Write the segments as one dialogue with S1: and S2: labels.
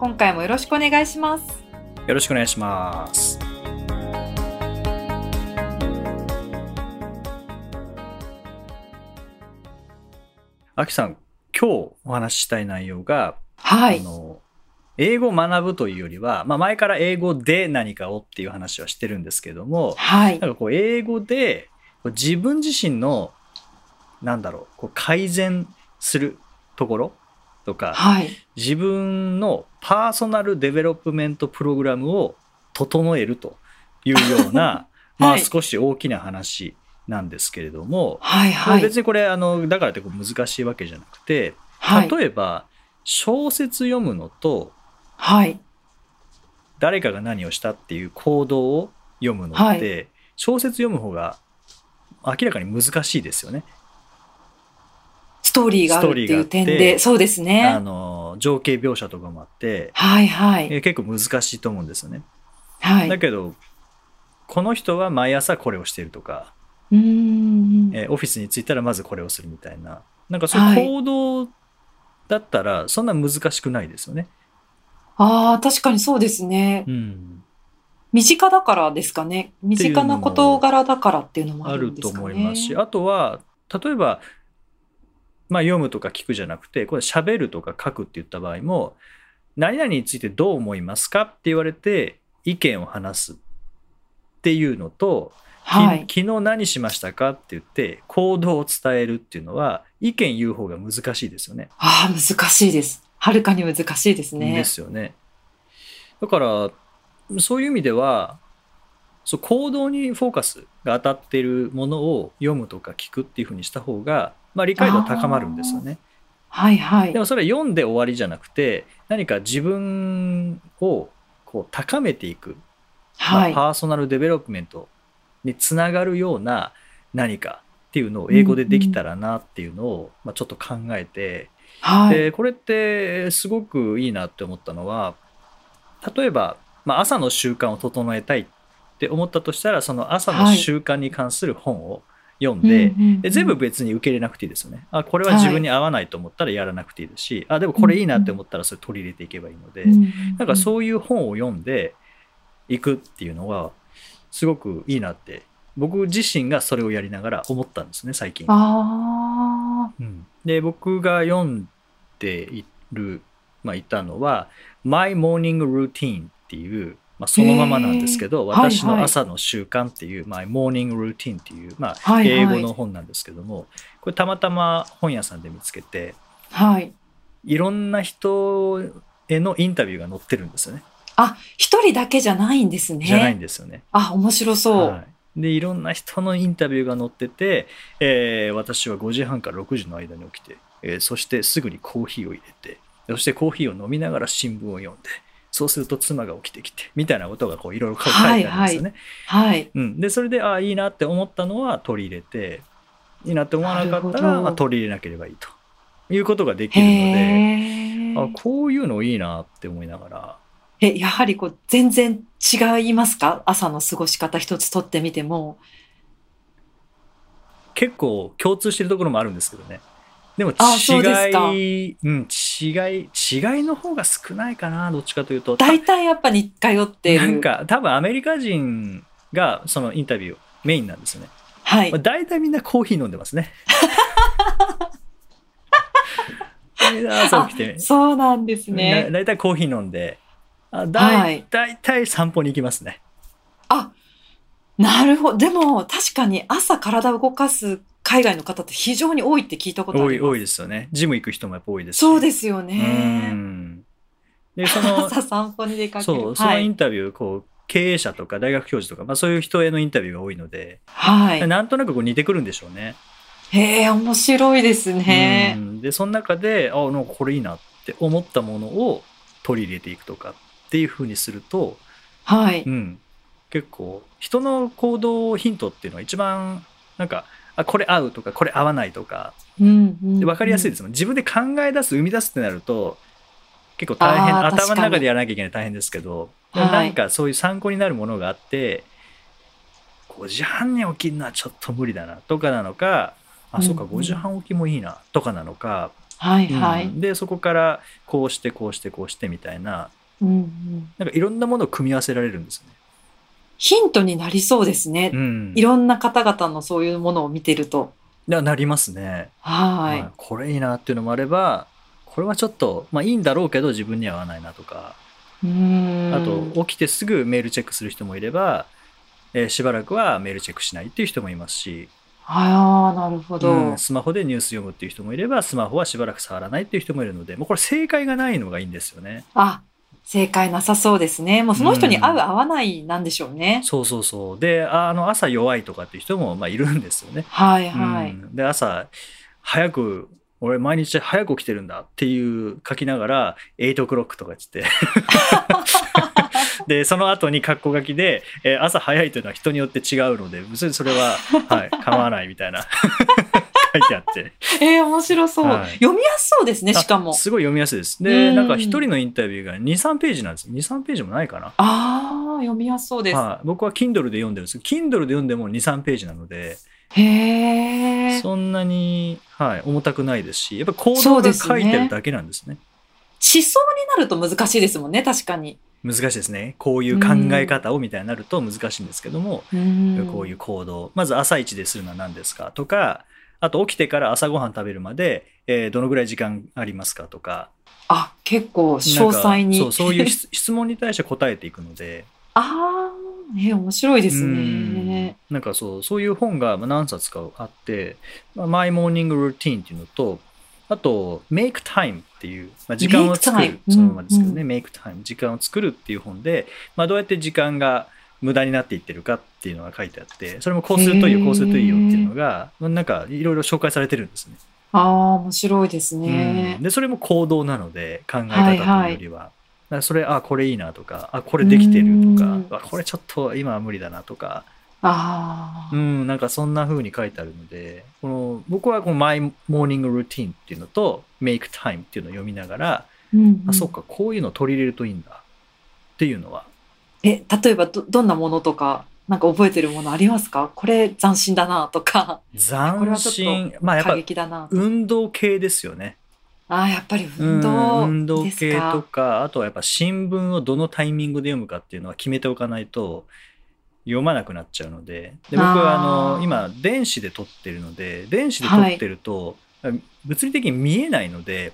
S1: 今回もよろしくお願いします。
S2: よろしくお願いしますあきさん今日お話ししたい内容が
S1: は
S2: あ。の英語を学ぶというよりは、まあ、前から英語で何かをっていう話はしてるんですけども、
S1: はい
S2: な。んかこう英語でこう自分自身のなんだろうこう改善するところとか
S1: はい。
S2: 自分のパーソナルデベロップメントプログラムを整えるというよう な、まあ、
S1: はい
S2: 少し大きな話なんですけれども、
S1: はい。
S2: まあ
S1: はい。
S2: 別にこれあのだからってこう難しいわけじゃなくて、
S1: はい。
S2: 例えば小説読むのと
S1: はい。
S2: 誰かが何をしたっていう行動を読むのって、小説読む方が明らかに難しいですよね。
S1: ストーリーがあるっていう点
S2: ストーリーがあって
S1: で、そうです
S2: あ
S1: ね。
S2: の情景描写とかもあって、
S1: はい。はい。
S2: え結構難しいと思うんですよね。
S1: はい。
S2: だ
S1: う
S2: けどこの人は毎朝これをしているとか、
S1: ーん。
S2: えーオフィスに着いたらまずこれをするみたいななんかそういう行動だったらそんな難しくないですよね。
S1: ああ、確かにそうですね。
S2: うん、
S1: 身近だからですかね。身近な事柄だからっていうのもあ
S2: あ
S1: る
S2: る
S1: んで
S2: と
S1: すかね。
S2: 思いますし、あとは例えば、まあ、読むとか聞くじゃなくてこれ喋るとか書くって言った場合も何々についてどう思いますかって言われて意見を話すっていうのと、き
S1: はい。
S2: 昨日何しましたかって言って行動を伝えるっていうのは意見言う方が難しいですよね。
S1: ああ、難しいです。はるかに難しいですね。
S2: ですよね。だからそういう意味ではそう行動にフォーカスが当たっているものを読むとか聞くっていうふうにした方が、まあ、理解度は高まるんですよね。
S1: はいはい
S2: で。もそれは読んで終わりじゃなくて何か自分をこう高めていく、まあ
S1: はい。
S2: パーソナルデベロップメントにつながるような何かっていうのを英語でできたらなっていうのを、まあ、ちょっと考えて
S1: はい。
S2: でこれってすごくいいなって思ったのは例えば、まあ、朝の習慣を整えたいって思ったとしたらその朝の
S1: はい
S2: 習慣に関する本を読ん
S1: うん
S2: で、
S1: うん
S2: で全部別に受け入れなくていいですよねあこれは自分に合わないと思ったらやらなくていいですし、あでもこれいいなって思ったらそれ取り入れていけばいいので、
S1: うん
S2: なんかそういう本を読んでいくっていうのがすごくいいなって僕自身がそれをやりながら思ったんですね最近。
S1: あ
S2: うんで僕が読んでいる、まあ、いたのは「My Morning Routine」っていう、まあ、そのままなんですけど、
S1: へーはい
S2: 私の朝の習慣っていう「My Morning Routine」っていう、まあ、
S1: はいはい
S2: 英語の本なんですけども、これたまたま本屋さんで見つけて
S1: あ。はい。
S2: いろんな人へのインタビューが載ってるんですよね
S1: あ、一人だけじゃないんですね。
S2: じゃないんですよね。
S1: あ、面白そう。
S2: はい、でいろんな人のインタビューが載ってて、えー私は5時半から6時の間に起きて、えーそしてすぐにコーヒーを入れてそしてコーヒーを飲みながら新聞を読んでそうすると妻が起きてきてみたいなことがこういろいろ書いてあるんですよね。
S1: はい。
S2: うん、でそれでああいいなって思ったのは取り入れていいなって思わなかった
S1: なるほ
S2: ら、
S1: ど
S2: まあ、取り入れなければいいということができるので
S1: へ
S2: あ
S1: ー
S2: こういうのいいなって思いながら。
S1: え、やはりこう、全然違いますか朝の過ごし方一つとってみても。
S2: 結構共通してるところもあるんですけどねでも違
S1: あそうですか
S2: いうん、違い違いの方が少ないかなどっちかというとた
S1: 大体やっぱり通って
S2: な
S1: る。
S2: んか多分アメリカ人がそのインタビューメインなんですよね、
S1: はい
S2: まあ、。大体みんなコーヒー飲んでますねみんな朝起きて、
S1: そうなん です
S2: だ
S1: ね。
S2: 大体コーヒー飲んであだい、大体散歩に行きますね
S1: あ、なるほど。でも、確かに朝体を動かす海外の方って非常に多いって聞いたことあ
S2: 多
S1: り
S2: い
S1: ます。
S2: 多いですよねジム行く人もやっぱ多いですし
S1: そうですよ
S2: う
S1: ね。
S2: んでその
S1: 朝散歩に出かける。
S2: そう、そ
S1: は
S2: のイ
S1: い。
S2: ンタビュー、こう、経営者とか大学教授とか、まあそういう人へのインタビューが多いので、
S1: はい。
S2: なんとなくこう似てくるんでしょうね。
S1: へえ、面白いです
S2: う
S1: ね。
S2: んで、その中で、あ、なんかこれいいなって思ったものを取り入れていくとかっていう風にすると、。
S1: はいう
S2: ん、結構人の行動ヒントっていうのは一番なんかあこれ合うとかこれ合わないとか
S1: うんうん
S2: で分かりやすい
S1: で
S2: ですもん自分で考え出す生み出すってなると結構大変
S1: あー確かに
S2: 頭の中でやらなきゃいけない大変ですけど、でも
S1: はい
S2: なんかそういう参考になるものがあって5時半に起きるのはちょっと無理だなとかなのかあそうか
S1: うんうん
S2: 5時半起きもいいなとかなのか、
S1: す。はい
S2: うん
S1: はい。
S2: でそこからこうしてこうしてこうしてみたいな
S1: うんうん
S2: なんかいろんなものを組み合わせられるんですよね。
S1: ヒントになりそうですね
S2: う。ん
S1: いろんな方々のそういうものを見てると。
S2: ななりますね、
S1: は
S2: まあ
S1: い。
S2: これいいなっていうのもあればこれはちょっと、まあ、いいんだろうけど自分には合わないなとか
S1: うーん
S2: あと起きてすぐメールチェックする人もいれば、えーしばらくはメールチェックしないっていう人もいますし、
S1: ああ、なるほど。
S2: うんスマホでニュース読むっていう人もいればスマホはしばらく触らないっていう人もいるのでもうこれ正解がないのがいいんですよね。
S1: あ、正解なさそうですね。もうその人に合う、合わないなんでしょうね。
S2: そうそうそうでああの朝弱いとかっていう人もまあいるんですよね。
S1: はいは
S2: う
S1: い。
S2: んで朝早く俺毎日早く起きてるんだっていう書きながら8オクロックとか言って てでその後に括弧書きで、えー朝早いというのは人によって違うので別にそれ は、はい、構わないみたいな書いてあって
S1: えー面白そう、
S2: はい
S1: 読みやすそうですね、しか
S2: あ
S1: も。
S2: すごい読みやすいです
S1: う
S2: で
S1: ん
S2: なんか一人のインタビューが23ページなんです23ページもないかな、
S1: ああ、読みやすそうです。
S2: はい、僕は Kindle で読んでるんですけど Kindle で読んでも23ページなので
S1: へえ。
S2: そんなに、はい、重たくないですし、やっぱ行
S1: そ
S2: 動
S1: うで
S2: です
S1: ね
S2: 書いてるだけなんですね。
S1: 思想になると難しいですもんね、確かに。
S2: 難しいですね。こういう考え方をみたいになると難しいんですけども、
S1: うーん
S2: こういう行動。まず朝一でするのは何ですかとか、あと起きてから朝ごはん食べるまで、えーどのぐらい時間ありますかとか。
S1: あ、結構詳細に。
S2: なんかそう、そういう 質質問に対して答えていくので。
S1: ああ、えー面白いで
S2: です
S1: ね。
S2: なんかそう、そういう本がまあ何冊かあって、まあ、My Morning Routine っていうのと、あと、Make Time っていう、まあ、時間を作
S1: Make
S2: る
S1: time、うん
S2: そのままですけどね、Make Time、時間を作るっていう本で、まあ、どうやって時間が無駄になっていってるかっていうのが書いてあって、それもこうするといい
S1: へー
S2: よ、こうするといいよっていうのが、まあなんかいろいろ紹介されてるんですね。
S1: ああ、面白いです
S2: う
S1: ね
S2: ん。で、それも行動なので、考え方というよりは。だからそれ、あ、これいいなとか、あ、これできてると
S1: う
S2: か
S1: ん、
S2: あ、これちょっと今は無理だなとか、
S1: あ
S2: う
S1: あ、
S2: ん、なんかそんな風に書いてあるので、この僕はこのマイモーニングルーティンっていうのと、メイクタイムっていうのを読みながら、
S1: うんうん
S2: あ、そうか、こういうのを取り入れるといいんだっていうのは、
S1: え、例えばど、どんなものとか、なんか覚えてるものありますかこれ斬新だなとか、これ
S2: 斬
S1: はちょっ
S2: 新、まあやっ
S1: 過
S2: ぱ
S1: 激だな。
S2: 運動系ですよね。
S1: ああ、やっぱり
S2: うん
S1: 運動
S2: 運動
S1: です
S2: 系と
S1: か。
S2: か、あとはやっぱ新聞をどのタイミングで読むかっていうのは決めておかないと、読まなくなっちゃうので、で僕はあ
S1: あ
S2: の
S1: ー
S2: 今、電子で撮ってるので、電子で撮ってると、物理的に見えないので、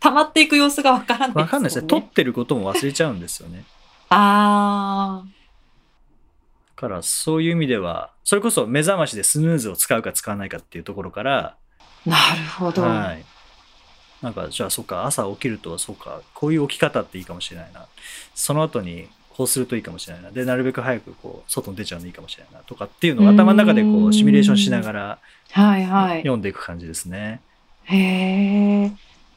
S1: 溜まっていく様子がわからない
S2: わかんないですね。
S1: も
S2: 撮ってることも忘れちゃうんですよね。
S1: あ
S2: だからそういう意味では、それこそ目覚ましでスヌーズを使うか使わないかっていうところから、
S1: あ、なるほど。
S2: はい。なんか、じゃあそっか、朝起きると、そうか、こういう起き方っていいかもしれないな。その後に、こうするといいかもしれないな。で、なるべく早く、こう、外に出ちゃうのいいかもしれないな。とかっていうのを頭の中で、
S1: う
S2: こ
S1: ーん
S2: う、シミュレーションしながら、
S1: はいはい。
S2: 読んでいく感じですね。
S1: へえ。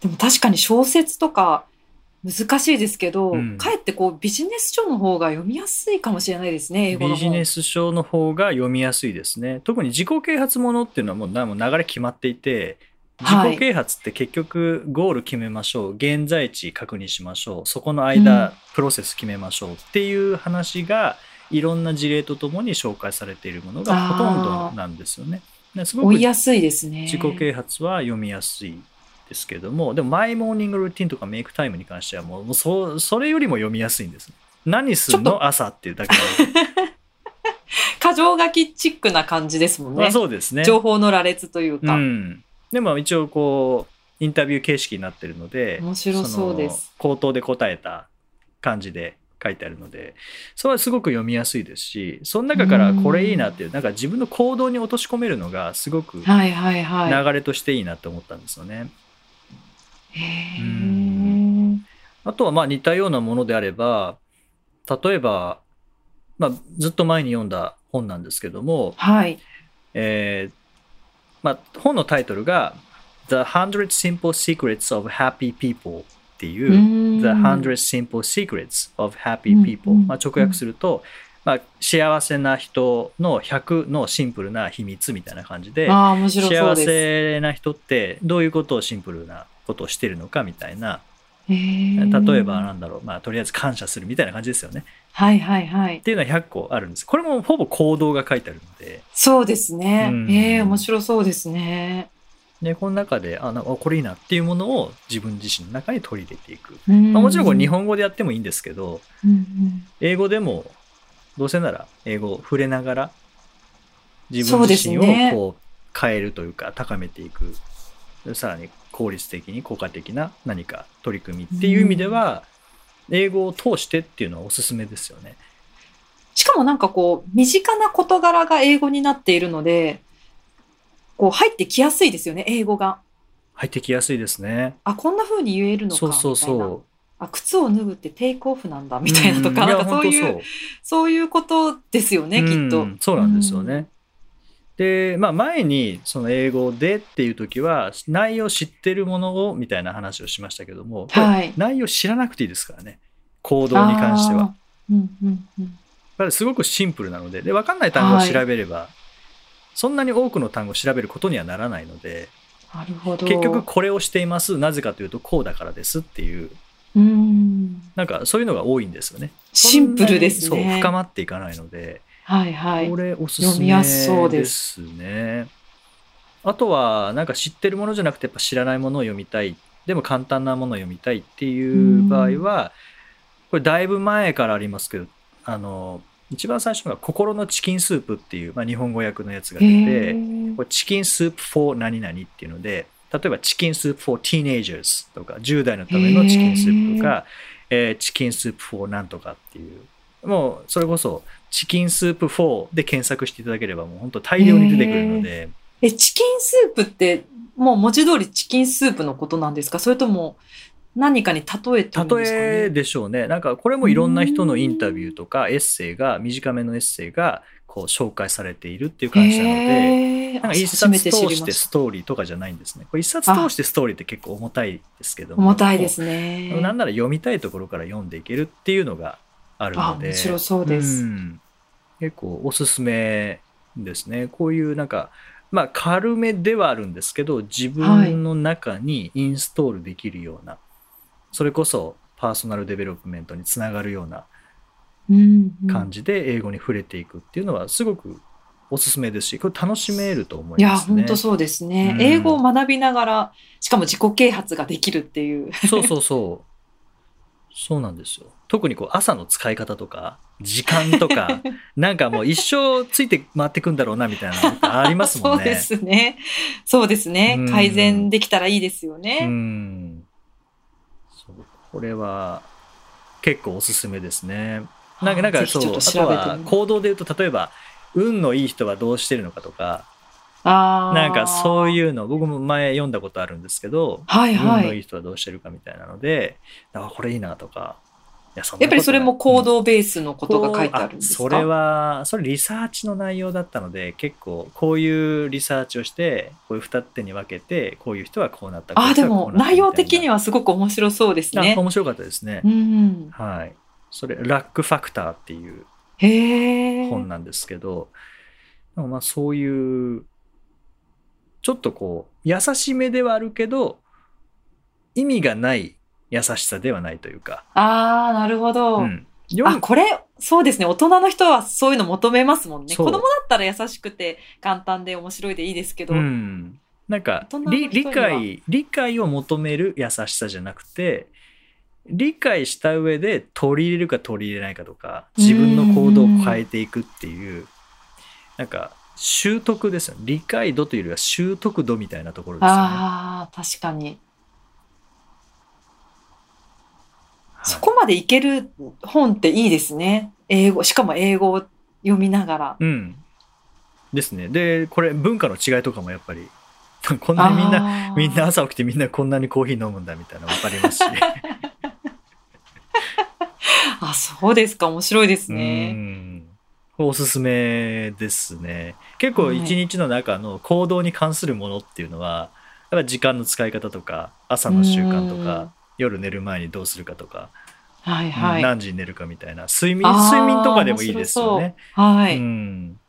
S1: でも確かに小説とか難しいですけど、
S2: うん
S1: かえってこうビジネス書の方が読みやすいかもしれないですね、英語の
S2: ビジ
S1: 本。
S2: ネス書の方が読みやすいですね。特に自己啓発ものっていうのはもうなもう流れ決まっていて、
S1: はい
S2: 自己啓発って結局ゴール決めましょう、現在地確認しましょう、そこの間、
S1: うん
S2: プロセス決めましょうっていう話がいろんな事例とともに紹介されているものがほとんどなんですよね。ですご
S1: 追
S2: く
S1: い
S2: 自
S1: やすいですね。
S2: 己啓発は読みやすいですけども、でもマイモーニングルーティンとかメイクタイムに関してはもうもうそそれよりも読みやすいんです。何すん
S1: ちょっ
S2: の朝っていうだけなので
S1: 過剰書きチックな感じですもん
S2: ま
S1: ね。
S2: あそうですね。
S1: 情報の羅列というか。
S2: うん、でも一応こうインタビュー形式になってるので
S1: 面白そうです
S2: の口頭で答えた感じで書いてあるのでそれはすごく読みやすいですしその中からこれいいなっていうなんか自分の行動に落とし込めるのがすごく流
S1: はいはいは
S2: れとしていいなと思ったんですよね。
S1: い。へ
S2: う
S1: え。
S2: あとはまあ似たようなものであれば例えば、まあ、ずっと前に読んだ本なんですけども、
S1: はい。
S2: えーまあ、本のタイトルが The 100 Simple Secrets of Happy People っていうう、
S1: ん
S2: The 100 Simple Secrets of Happy People、
S1: うん
S2: まあ、直訳すると、まあ、幸せな人の100のシンプルな秘密みたいな感じで
S1: ああ、面白そう
S2: 幸
S1: で
S2: せな人ってどういうことをシンプルなことをしてるのかみたいな
S1: す。へ
S2: 例
S1: ー
S2: えばなんだろう、まあ、とりあえず感謝するみたいな感じですよね
S1: はいはいはい
S2: っ。ていうのは100個あるんですこれもほぼ行動が書いてあるので
S1: そうですね
S2: うん。
S1: ええ、面白そうですね。
S2: でこの中であなあこれいいなっていうものを自分自身の中に取り入れていく、ま
S1: ま
S2: あ、もちろんこれ日本語でやってもいいんですけど
S1: うん
S2: 英語でもどうせなら英語を触れながら自
S1: そ
S2: 分
S1: うで
S2: 自
S1: す
S2: 身
S1: ね
S2: をこう変えるというか高めていく、さらに効率的に効果的な何か取り組みっていう意味では、英語を通してっていうのはおすすめですよね。
S1: しかもなんかこう、身近な事柄が英語になっているので、こう入ってきやすいですよね、英語が。
S2: 入ってきやすいですね。
S1: あ、こんな風に言えるのか、
S2: そう
S1: み
S2: そう
S1: たいな。
S2: そ
S1: あ、靴を脱ぐってテイクオフなんだ、
S2: う。
S1: みたいなとか、
S2: うん
S1: なんかそうい
S2: や
S1: う、
S2: 本当
S1: そういうことですよね、きっ
S2: う
S1: と
S2: ん。そうなんですよ
S1: う
S2: ね
S1: ん。。
S2: で、まあ、前にその英語でっていう時は内容知ってるものをみたいな話をしましたけども、これ
S1: はい
S2: 内容知らなくていいですからね行動に関しては。だ
S1: あー。うんうんうん。
S2: からすごくシンプルなのでで分かんない単語を調べれば、そんなに多くの単語を調べることにはならないので
S1: なるほど。
S2: 結局、これをしていますなぜかというとこうだからですっていう
S1: うん。
S2: なんかそういうのが多いんですよね。
S1: シンプルです
S2: そんなにそう
S1: ね。
S2: 深まっていかないので。
S1: はいはい
S2: こ。れおすす
S1: 読
S2: め
S1: みやすそう
S2: で
S1: です
S2: ね。あとはなんか知ってるものじゃなくてやっぱ知らないものを読みたいでも簡単なものを読みたいっていう場合はこれだいぶ前からありますけどあの一番最初のが「心のチキンスープ」っていう、まあ、日本語訳のやつが
S1: へ
S2: 出て
S1: ー
S2: これチキンスープ for 何々っていうので例えばチキンスープ for teenagers とか10代のためのチキンスープとか、えーチキンスープ for なんとかっていうもうそれこそチキンスープ4で検索していただければもう本当大量に出てくるので、
S1: え、チキンスープって、もう文字通りチキンスープのことなんですかそれとも何かに例えてるんですか
S2: 例え
S1: ね
S2: でしょうねなんかこれもいろんな人のインタビューとかエッセイが短めのエッセイがこう紹介されているっていう感じなので。
S1: へー
S2: なんか一
S1: 初め
S2: 冊
S1: て
S2: 通
S1: 知りま
S2: して
S1: し
S2: ストーリーとかじゃないんですね。これ一冊通してストーリーって結構重たいですけど
S1: た
S2: も
S1: 重たいですね。
S2: なんなら読みたいところから読んでいけるっていうのがある
S1: あ、
S2: ので
S1: 面白そうです。
S2: ん結構おすすめですねこういうなんかまあ軽めではあるんですけど自分の中にインストールできるような、それこそパーソナルデベロップメントにつながるような
S1: うんうん
S2: 感じで英語に触れていくっていうのはすごくおすすめですしこれ楽しめると思
S1: い
S2: い
S1: や、
S2: ますね。
S1: 本当そうですね、
S2: うん
S1: 英語を学びながら、しかも自己啓発ができるっていう。
S2: そうそうそう。そうなんですよ。特にこう朝の使い方とか、時間と か、なんかもう一生ついて回ってくんだろうなみたいなのってありますもんね。
S1: そうですね。そうですね
S2: うん。
S1: 改善できたらいいですよ
S2: う
S1: ね。
S2: ん。そうこれは結構おすすめですね。なんかなん
S1: ぜ
S2: か
S1: ひ
S2: そ
S1: ちょっ
S2: う、
S1: と
S2: あ
S1: 調
S2: と
S1: べて
S2: は
S1: みます
S2: 行動で言うと、例えば、運のいい人はどうしてるのかとか、
S1: あー
S2: なんかそういうの、僕も前読んだことあるんですけど、
S1: はいは
S2: 運の
S1: い
S2: いい。人はどうしてるかみたいなので、あ、これいいなとか、いやそんなことない
S1: やっぱりそれも行動ベースのことが書いてあるんですか、
S2: こうあそれはそれリサーチの内容だったので結構こういうリサーチをしてこういう二手に分けてこういう人はこうなった
S1: あーでも内容的に
S2: は
S1: はすごく面白そうですね。
S2: 面白かったですね、
S1: うん、
S2: はいそれラックファクターっていう
S1: へえ。
S2: 本なんですけど、でもまあそういうちょっとこう優しめではあるけど意味がない優しさではないというか、
S1: ああ、なるほど。
S2: うん、読
S1: あ、
S2: む
S1: これ、そうですね。大人の人はそういうの求めますもんね。
S2: そ
S1: 子
S2: う
S1: 供だったら優しくて簡単で面白いでいいですけど。
S2: うん、なんか
S1: 大人の
S2: 理理
S1: 人には
S2: 解理解を求める優しさじゃなくて理解した上で取り入れるか取り入れないかとか自分の行動を変えていくっていうなんか習得ですよね理解度というよりは習得度みたいなところですよね。
S1: ああ、確かに。
S2: はい
S1: そこまでいける本っていいですね。英語、しかも英語を読みながら。
S2: うん、ですねでこれ文化の違いとかもやっぱり こんなにみんな
S1: な
S2: みんな朝起きてみんなこんなにコーヒー飲むんだみたいなの分かりますし。
S1: あ、そうですか。面白いです
S2: う
S1: ね。
S2: んおすすめですね。結構
S1: はい
S2: 一日の中の行動に関するものっていうのは、やっぱ時間の使い方とか、朝の習慣と
S1: うん
S2: か、夜寝る前にどうするかとか、
S1: はいはい。
S2: 何時に寝るかみたいな睡眠
S1: あー
S2: 睡眠とかでもいいですよね。
S1: は
S2: う
S1: い。
S2: ん、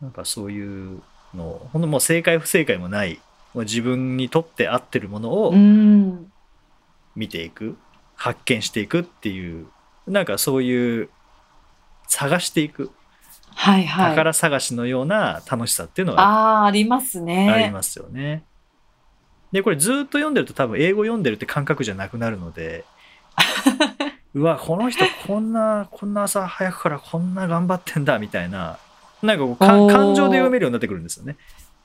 S2: なんかそういうのをほんともう正解不正解もないもう自分にとって合ってるものを
S1: うん。
S2: 見ていく、発見していくっていうなんかそういう探していく
S1: はいはい。
S2: 宝探しのような楽しさっていうのは
S1: ああー、ありますね。
S2: ありますよね。でこれずっと読んでると多分英語読んでるって感覚じゃなくなるの でうわこの人こんなこんな朝早くからこんな頑張ってんだみたいななんかこうか
S1: おー
S2: 感情で読めるようになってくるんですよね。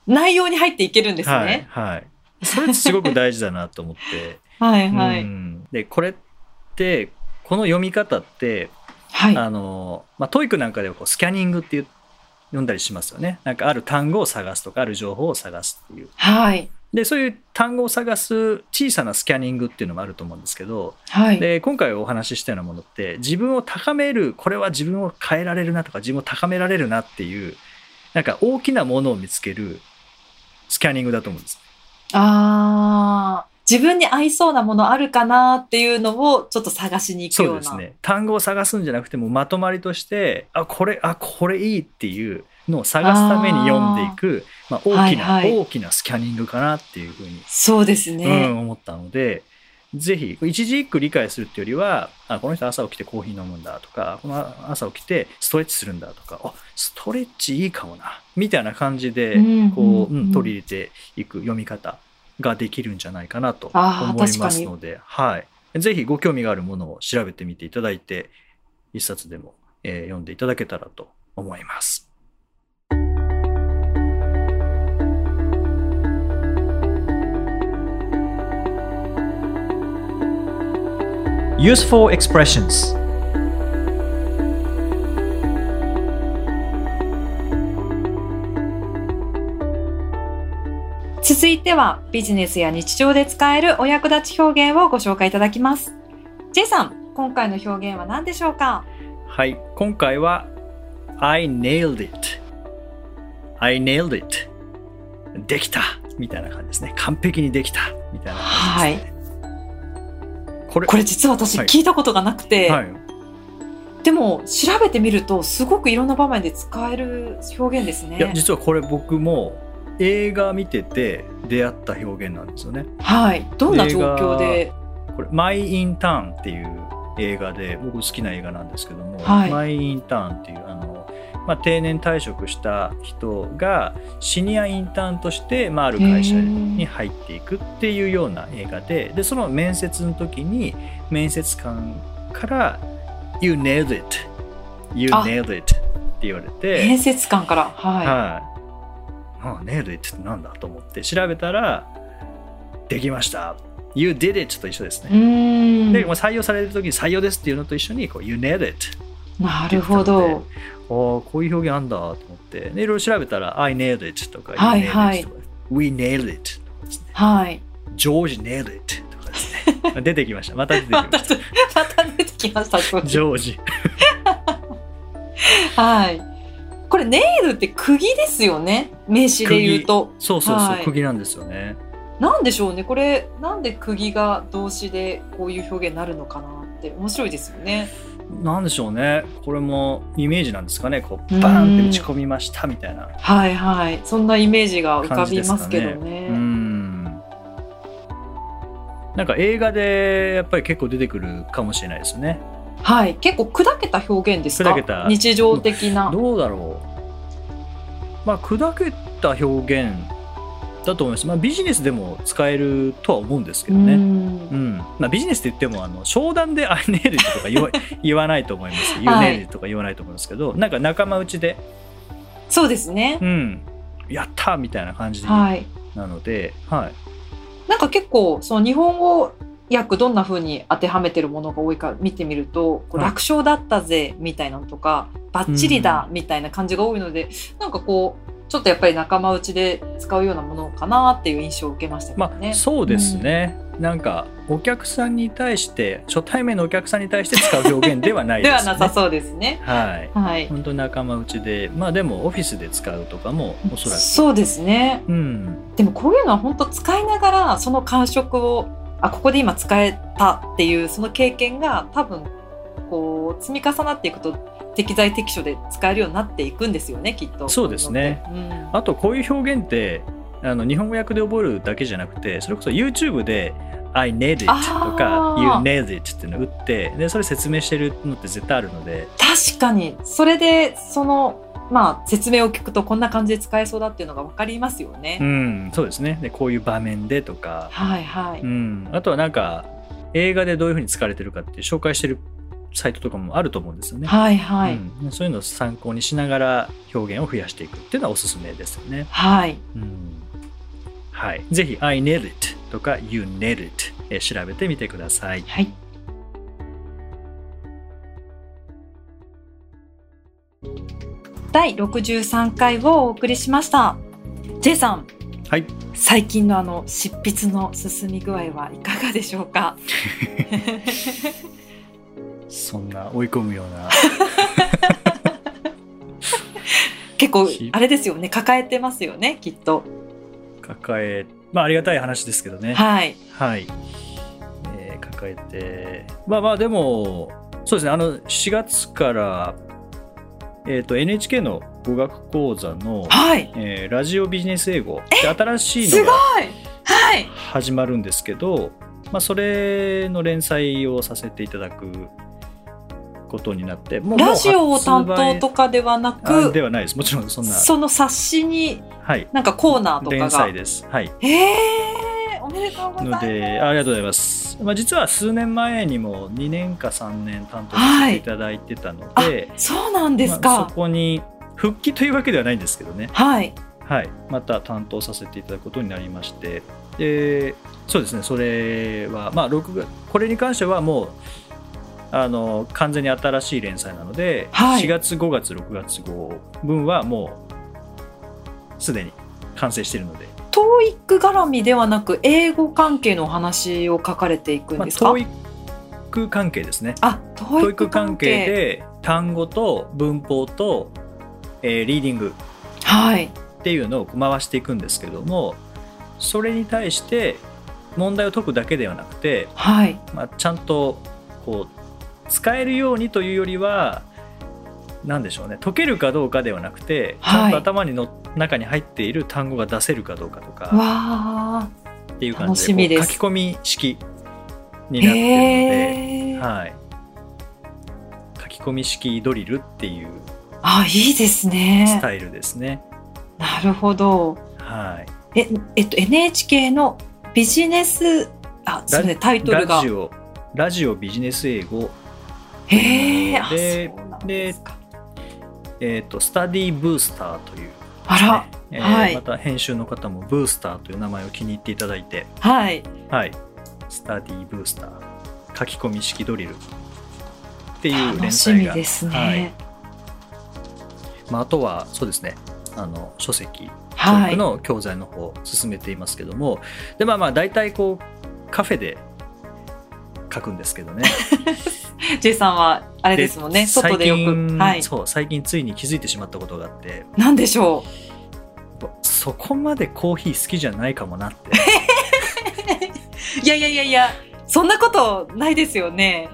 S1: 内容に入っていけるんです
S2: はい
S1: ね。
S2: はい、それってすごく大事だなと思って。
S1: はい は
S2: う
S1: い。
S2: んでこれってこの読み方って
S1: はい。
S2: あの、まあ、トイックなんかではこうスキャニングっていう読んだりしますよね。なんかある単語を探すとか、ある情報を探すっていう。
S1: はい。
S2: で、そういう単語を探す小さなスキャニングっていうのもあると思うんですけど、
S1: はい。
S2: で、今回お話ししたようなものって、自分を高める、これは自分を変えられるなとか、自分を高められるなっていう、なんか大きなものを見つけるスキャニングだと思うんです。
S1: ああ。自分に合いそうなものあるかなっていうのをちょっと探しに行く
S2: そ
S1: よ
S2: う
S1: うな。
S2: ですね。単語を探すんじゃなくても、まとまりとして、あ、これ、あ、これいいっていうのを探すために読んでいく、まあ、大きな、
S1: はいはい
S2: 大きなスキャニングかなっていうふうに、
S1: そうです
S2: う
S1: ね。
S2: ん、思ったので、ぜひ、一字一句理解するっていうよりは、あ、この人朝起きてコーヒー飲むんだとか、この朝起きてストレッチするんだとか、あ、ストレッチいいかもな、みたいな感じで、
S1: うん
S2: こう、
S1: うん
S2: うん取り入れていく読み方ができるんじゃないかなと
S1: あー
S2: 思いますので、はい、ぜひご興味があるものを調べてみていただいて一冊でも、えー読んでいただけたらと思います。Useful expressions
S1: 続いてはビジネスや日常で使えるお役立ち表現をご紹介いただきます。J さん、今回の表現は何でしょうか
S2: はい、今回は I nailed it I nailed it できたみたいな感じですね完璧にできたみたいな感じですね、これ
S1: これ実は私
S2: はい
S1: 聞いたことがなくて、
S2: はい、
S1: でも調べてみるとすごくいろんな場面で使える表現です
S2: いや
S1: ね。
S2: 実はこれ僕も映画見てて出会った表現なんですよね
S1: はい。どんな状況で、
S2: これ「マイ・インターン」っていう映画で僕好きな映画なんですけども「
S1: はい
S2: マイ・インターン」っていうあの、まあ、定年退職した人がシニアインターンとして、まあ、ある会社
S1: へー
S2: に入っていくっていうような映画ででその面接の時に面接官から「You nailed it」「You
S1: あ
S2: nailed it」って言われて。
S1: 面接官から、は
S2: はい。まあ、ネイルイってなんだと思って調べたら、できました。You did it と一緒です
S1: い。う
S2: ね。
S1: ーん。
S2: で、もう採用されるときに採用ですっていうのと一緒にこう、You nailed it。
S1: なるほど。
S2: ああ、こういう表現あんだと思って、でいろいろ調べたら、I nailed it とか、You
S1: はいは
S2: nailed
S1: い
S2: it とか、We nailed it とかですね。
S1: はい。
S2: George nailed it とかですね。出てきました。また出てき
S1: ま
S2: ま
S1: た、
S2: した。
S1: また出てきました、これ
S2: ジョージ。
S1: はい。これ、ネイルって釘ですよね。名詞で言うと。
S2: そうそうそう、
S1: はい
S2: 釘なんですよね。
S1: なんでしょうね。これ、なんで釘が動詞でこういう表現になるのかなって、面白いですよね。
S2: なんでしょうね。これもイメージなんですかね。こう、バーンって打ち込みましたみたいな。
S1: はいはい。そんなイメージが浮かびますけど
S2: 感
S1: ね。
S2: うんなんか映画でやっぱり結構出てくるかもしれないですね。
S1: はい。結構砕けた表現ですか
S2: 砕けた
S1: 日常的な。
S2: どうだろう。まあ砕けた表現だと思います。まあビジネスでも使えるとは思うんですけ
S1: う
S2: どね。うん
S1: ん。
S2: まあ、ビジネスって言ってもあの商談で「アイネイル」とか 言わ言わないと思います「ユ
S1: は
S2: ー
S1: い
S2: ネイル」とか言わないと思いますけど、なんか仲間内で
S1: そうです
S2: 「
S1: ね
S2: う。んやった!」みたいな感じな
S1: はい。
S2: ので、はい、
S1: なんか結構、その日本語訳どんな風に当てはめてるものが多いか見てみると、こう
S2: はい
S1: 楽勝だったぜ、みたいなのとか、バッチリだ、みたいな感じが多いので、なんかこう、ちょっとやっぱり仲間内で使うようなものかなっていう印象を受けましたけど
S2: まあ、
S1: ね。
S2: そうですね、なんかお客さんに対して初対面のお客さんに対して使う表現ではない
S1: で
S2: です、ね、
S1: はなさそうですね。
S2: はい
S1: はい。
S2: 本当に仲間内でまあでもオフィスで使うとかもおそらく
S1: そうですね。
S2: うん
S1: でもこういうのは本当使いながらその感触をあここで今使えたっていうその経験が多分こう積み重なっていくと適材適所で使えるようになっていくんですよねきっと。
S2: そうですね
S1: こういうのって。うん
S2: あとこういう表現ってあの日本語訳で覚えるだけじゃなくてそれこそ YouTube で「I need it」とか
S1: あ
S2: 「
S1: ー
S2: You need it」っていうのを打ってでそれ説明してるのって絶対あるので
S1: 確かにそれでそのまあ説明を聞くとこんな感じで使えそうだっていうのが分かりますよね。
S2: うんそうですねでこういう場面でとか、
S1: はいはい。
S2: うん、あとはなんか映画でどういうふうに使われてるかっていう紹介してるサイトとかもあると思うんですよね。
S1: はいはい。
S2: うん、そういうのを参考にしながら表現を増やしていくっていうのはおすすめですよね。
S1: はい。
S2: うんはい、ぜひ「I need it」とか「You need it えー」調べてみてください。
S1: はい。第63回をお送りしました。J さん、
S2: はい、
S1: 最近のあの執筆の進み具合はいかがでしょうか。
S2: そんな追い込むような
S1: 結構
S2: 執
S1: あれですよね、抱えてますよね、きっと。
S2: 抱えまあありがたい話ですけどね、
S1: はい。
S2: はいえー抱えてまあまあでもそうですねあの4月から、えー、と NHK の語学講座の、
S1: はい。
S2: えーラジオビジネス英語で新しい
S1: す
S2: の
S1: ごい
S2: が。
S1: はい。
S2: 始まるんですけど、まあ、それの連載をさせていただくことになってもう
S1: ラジオを
S2: も
S1: 担
S2: う発
S1: 当
S2: 売
S1: とかではな
S2: あ
S1: く、
S2: ではないですもちろんそんな、
S1: その冊子に
S2: はい、
S1: なんかコーナーと
S2: 連
S1: かが
S2: 載。です、はい、
S1: ええー、おめでとうござい
S2: の
S1: ます。
S2: でありがとうございます、まあ、実は数年前にも2年か3年担当させていただいてたの
S1: あ
S2: で,、
S1: そうなんです
S2: まあ
S1: か
S2: そ。こに復帰というわけではないんですけどね、
S1: はい。
S2: はい、また担当させていただくことになりましてでそうですねそれは、まあ、録画これに関してはもうあの完全に新しい連載なので、
S1: はい
S2: 4月5月6月号分はもうすでに完成しているので
S1: TOEIC 絡みではなく英語関係のお話を書かれていくん
S2: まあ、
S1: ですか。
S2: 教育関係ですね
S1: あ、
S2: 教
S1: TOEIC
S2: 育
S1: 関
S2: 関
S1: 係
S2: 係。で単語と文法と、えーリーディング
S1: はい。
S2: っていうのを回していくんですけどもそれに対して問題を解くだけではなくて、
S1: はい。
S2: まあ、ちゃんとこう使えるようにというよりは何でしょうね解けるかどうかではなくて、
S1: はい
S2: ちゃんと頭にの中に入っている単語が出せるかどうかと
S1: わ
S2: か
S1: あ。
S2: っていう感
S1: 楽
S2: じ
S1: し
S2: で
S1: みで
S2: こ
S1: す
S2: う書き込み式になってる
S1: へえ
S2: ので、。はい、書き込み式ドリルっていう
S1: あ、いいです
S2: ス
S1: ね。
S2: タイルですね。
S1: なるほど。
S2: はい、
S1: え、えっと NHK のビジネスあ、すみませんタイトル
S2: ラ
S1: が
S2: ジ。オラジオビジネス英語
S1: へえ。あ
S2: で
S1: そうなんですか。
S2: えー、とスタディブースターという、
S1: あら、
S2: えー
S1: はい
S2: また編集の方もブースターという名前を気に入っていただいて、
S1: はい。
S2: はい、スタディブースター書き込み式ドリルっていう
S1: 楽
S2: 連
S1: し
S2: 載
S1: み
S2: が、
S1: です
S2: はい
S1: ね。
S2: まあ、あとはそうですねあの書籍教
S1: はい。
S2: 育の教材の方を進めていますけども、でまあまあ大体こうカフェで書くんですけどね
S1: J さんはあれ ですもんね。外でよ
S2: 最
S1: く。
S2: 近、
S1: はい。
S2: そう最近ついに気づいてしまったことがあって
S1: なんでしょう。
S2: そこまでコーヒー好きじゃないかもなって。
S1: いやいやいやいや、そんなことないですよね。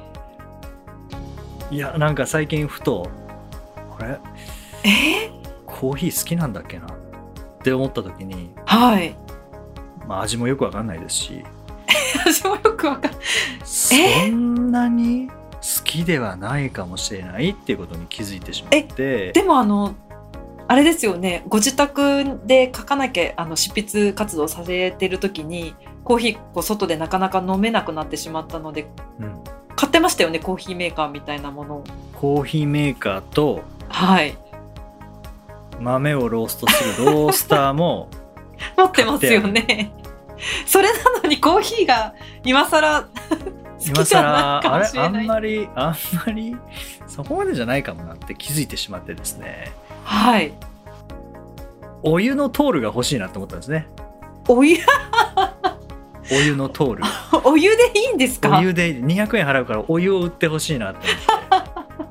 S2: いやなんか最近ふとあれ
S1: えー
S2: コーヒー好きなんだっけなって思った時に、
S1: はい。
S2: まあ、味もよくわかんないですし
S1: 私もよくわかんない。
S2: そんなに好きではないかもしれないっていうことに気づいてしまって
S1: でもあの、あれですよね。ご自宅で書かなきゃ、あの、執筆活動されてる時に、コーヒーこう外でなかなか飲めなくなってしまったので、
S2: うん、
S1: 買ってましたよね。コーヒーメーカーみたいなものを。
S2: コーヒーメーカーと
S1: はい。
S2: 豆をローストするロースターも
S1: 持ってますよね。それなのにコーヒーが今更 好き
S2: 今
S1: じゃない
S2: 更
S1: か
S2: あ
S1: も
S2: れ
S1: し
S2: あ
S1: れなんい。
S2: まりあんまりそこまでじゃないかもなって気づいてしまってですね
S1: はい。
S2: お湯のトールが欲しいなと思ったんですね
S1: お湯、
S2: お湯のトール
S1: お湯でいいんです
S2: お
S1: か
S2: 湯で200円払うからお湯を売ってほしいなって思っ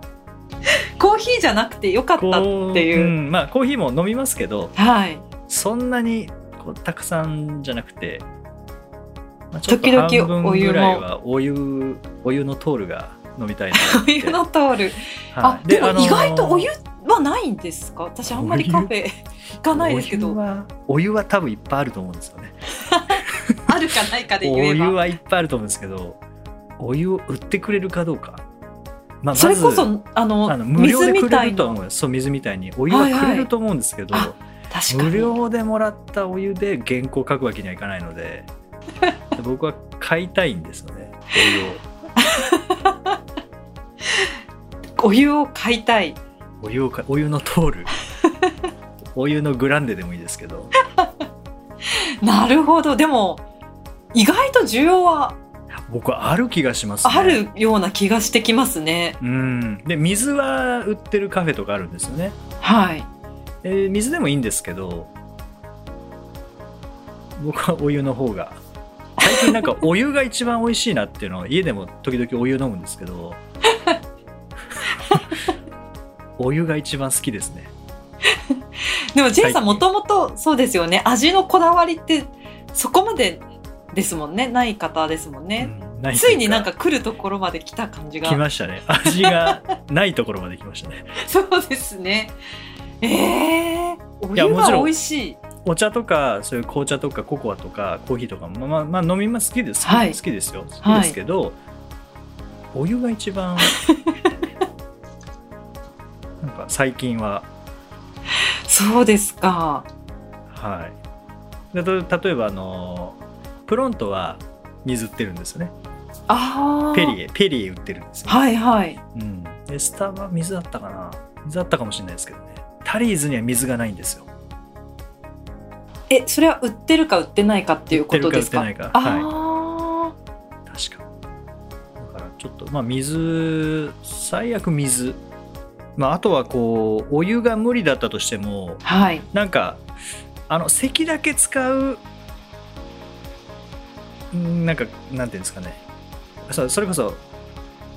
S2: て
S1: コーヒーじゃ なくてよかったっていう。
S2: こんまあコーヒーも飲みますけど
S1: はい。
S2: そんなにこうたくさんじゃなくてまあちょっと
S1: 時々
S2: 半
S1: お
S2: 分
S1: 湯
S2: ぐ
S1: も
S2: らいはお湯お湯の通るが飲みた いなと思っ
S1: お
S2: て
S1: 湯の通る。
S2: は
S1: あ、
S2: い
S1: でも意外とお湯
S2: あ
S1: はないんですか。私あんまりカフェ行か
S2: の
S1: ないですけ
S2: お湯
S1: ど、
S2: はお湯は多分いっぱいあると思うんですよね
S1: あるかないかで
S2: お
S1: 言え
S2: 湯
S1: ば。
S2: はいっぱいあると思うんですけどお湯を売ってくれるかどうか、まあまず
S1: それこそあの
S2: あの無料
S1: 水
S2: で
S1: み
S2: く
S1: た
S2: れ
S1: い
S2: るとは
S1: な
S2: 思うよそう水みたいにお湯はく
S1: は
S2: れ
S1: いは
S2: る
S1: い
S2: と思うんですけど、
S1: あ確か
S2: 無
S1: に。
S2: 料でもらったお湯で原稿を書くわけにはいかないの で僕は買いたいんですよねお湯を
S1: お湯を買いたい。
S2: お湯をかお湯の通 るお湯のグランデでもいいですけど
S1: なるほど。でも意外と需要は
S2: 僕はある気がしますね
S1: あるような気がしてきますね。
S2: うんで水は売ってるカフェとかあるんですよね、
S1: はい。
S2: えー水でもいいんですけど僕はお湯の方が最近 なんかお湯が一番美味しいなっていうのは家でも時々お湯飲むんですけどお湯が一番好きですね
S1: でもジェイさんも
S2: 最
S1: ともとそうですよね。味のこだわりってそこまでですもんね。ない方ですもんね。
S2: うんなとう
S1: ついになんか来るところまで来た感じ
S2: 来
S1: が。
S2: ましたね味がないところまで来ましたね
S1: そうですね。ええお
S2: い
S1: 湯
S2: やもち
S1: は
S2: ろん
S1: 美味しい。
S2: お茶とかそういう紅茶とかココアとかコーヒーとかもまあまあ飲みます好きです、
S1: はい
S2: 好きですよ好
S1: はい
S2: きですけど、お湯が一 番なんか最近は
S1: そうですか。
S2: はいでと例えばあのプロントは水売ってるんですよね
S1: ああ。
S2: ペリエペリエ売ってるんですよ、
S1: はいはい。
S2: うん、でスタバ水だったかな水だったかもしれないですけどねタリーズには水がないんですよ
S1: え、それは売ってるか売ってないかっていうことですか。
S2: 売ってるか売ってないかはい
S1: ああ。
S2: 確かだからちょっとまあ水最悪水まああとはこうお湯が無理だったとしても
S1: はい。
S2: なんかあの席だけ使ううんなんかなんていうんですかねそうそれこそ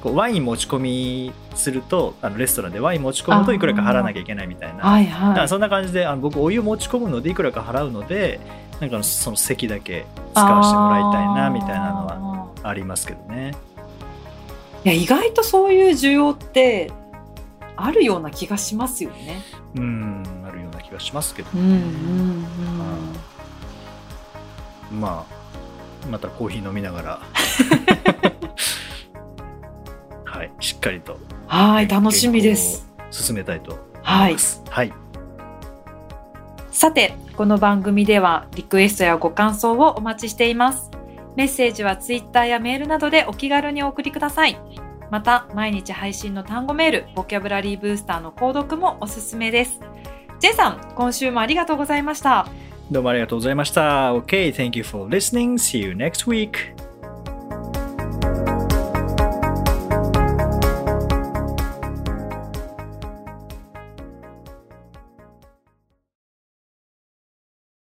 S2: こうワイン持ち込みするとあのレストランでワイン持ち込むといくらか払わなきゃいけないみたいな
S1: はい
S2: だか
S1: はい。
S2: らそんな感じであの僕お湯持ち込むのでいくらか払うのでなんかその席だけ使わせてもらいたいなみたいなのは
S1: は。
S2: ありますけどね。
S1: いや、意外とそういう需要って。あるような気がしますよね。
S2: うん、あるような気がしますけど、
S1: うんうんうん。
S2: まあ、またコーヒー飲みなが ら、はい、しっかりと、
S1: はい、楽しみです。。
S2: 進めたいと思い
S1: は
S2: ま
S1: い。
S2: す。はい、
S1: さて、この番組ではリクエストやご感想をお待ちしています。メッセージはツイッターやメールなどでお気軽にお送りください。また、毎日配信の単語メール、ボキャブラリーブースターの購読もおすすめです。J さん、今週もありがとうございました。
S2: どうもありがとうございました。OK, thank you for listening. See you next week.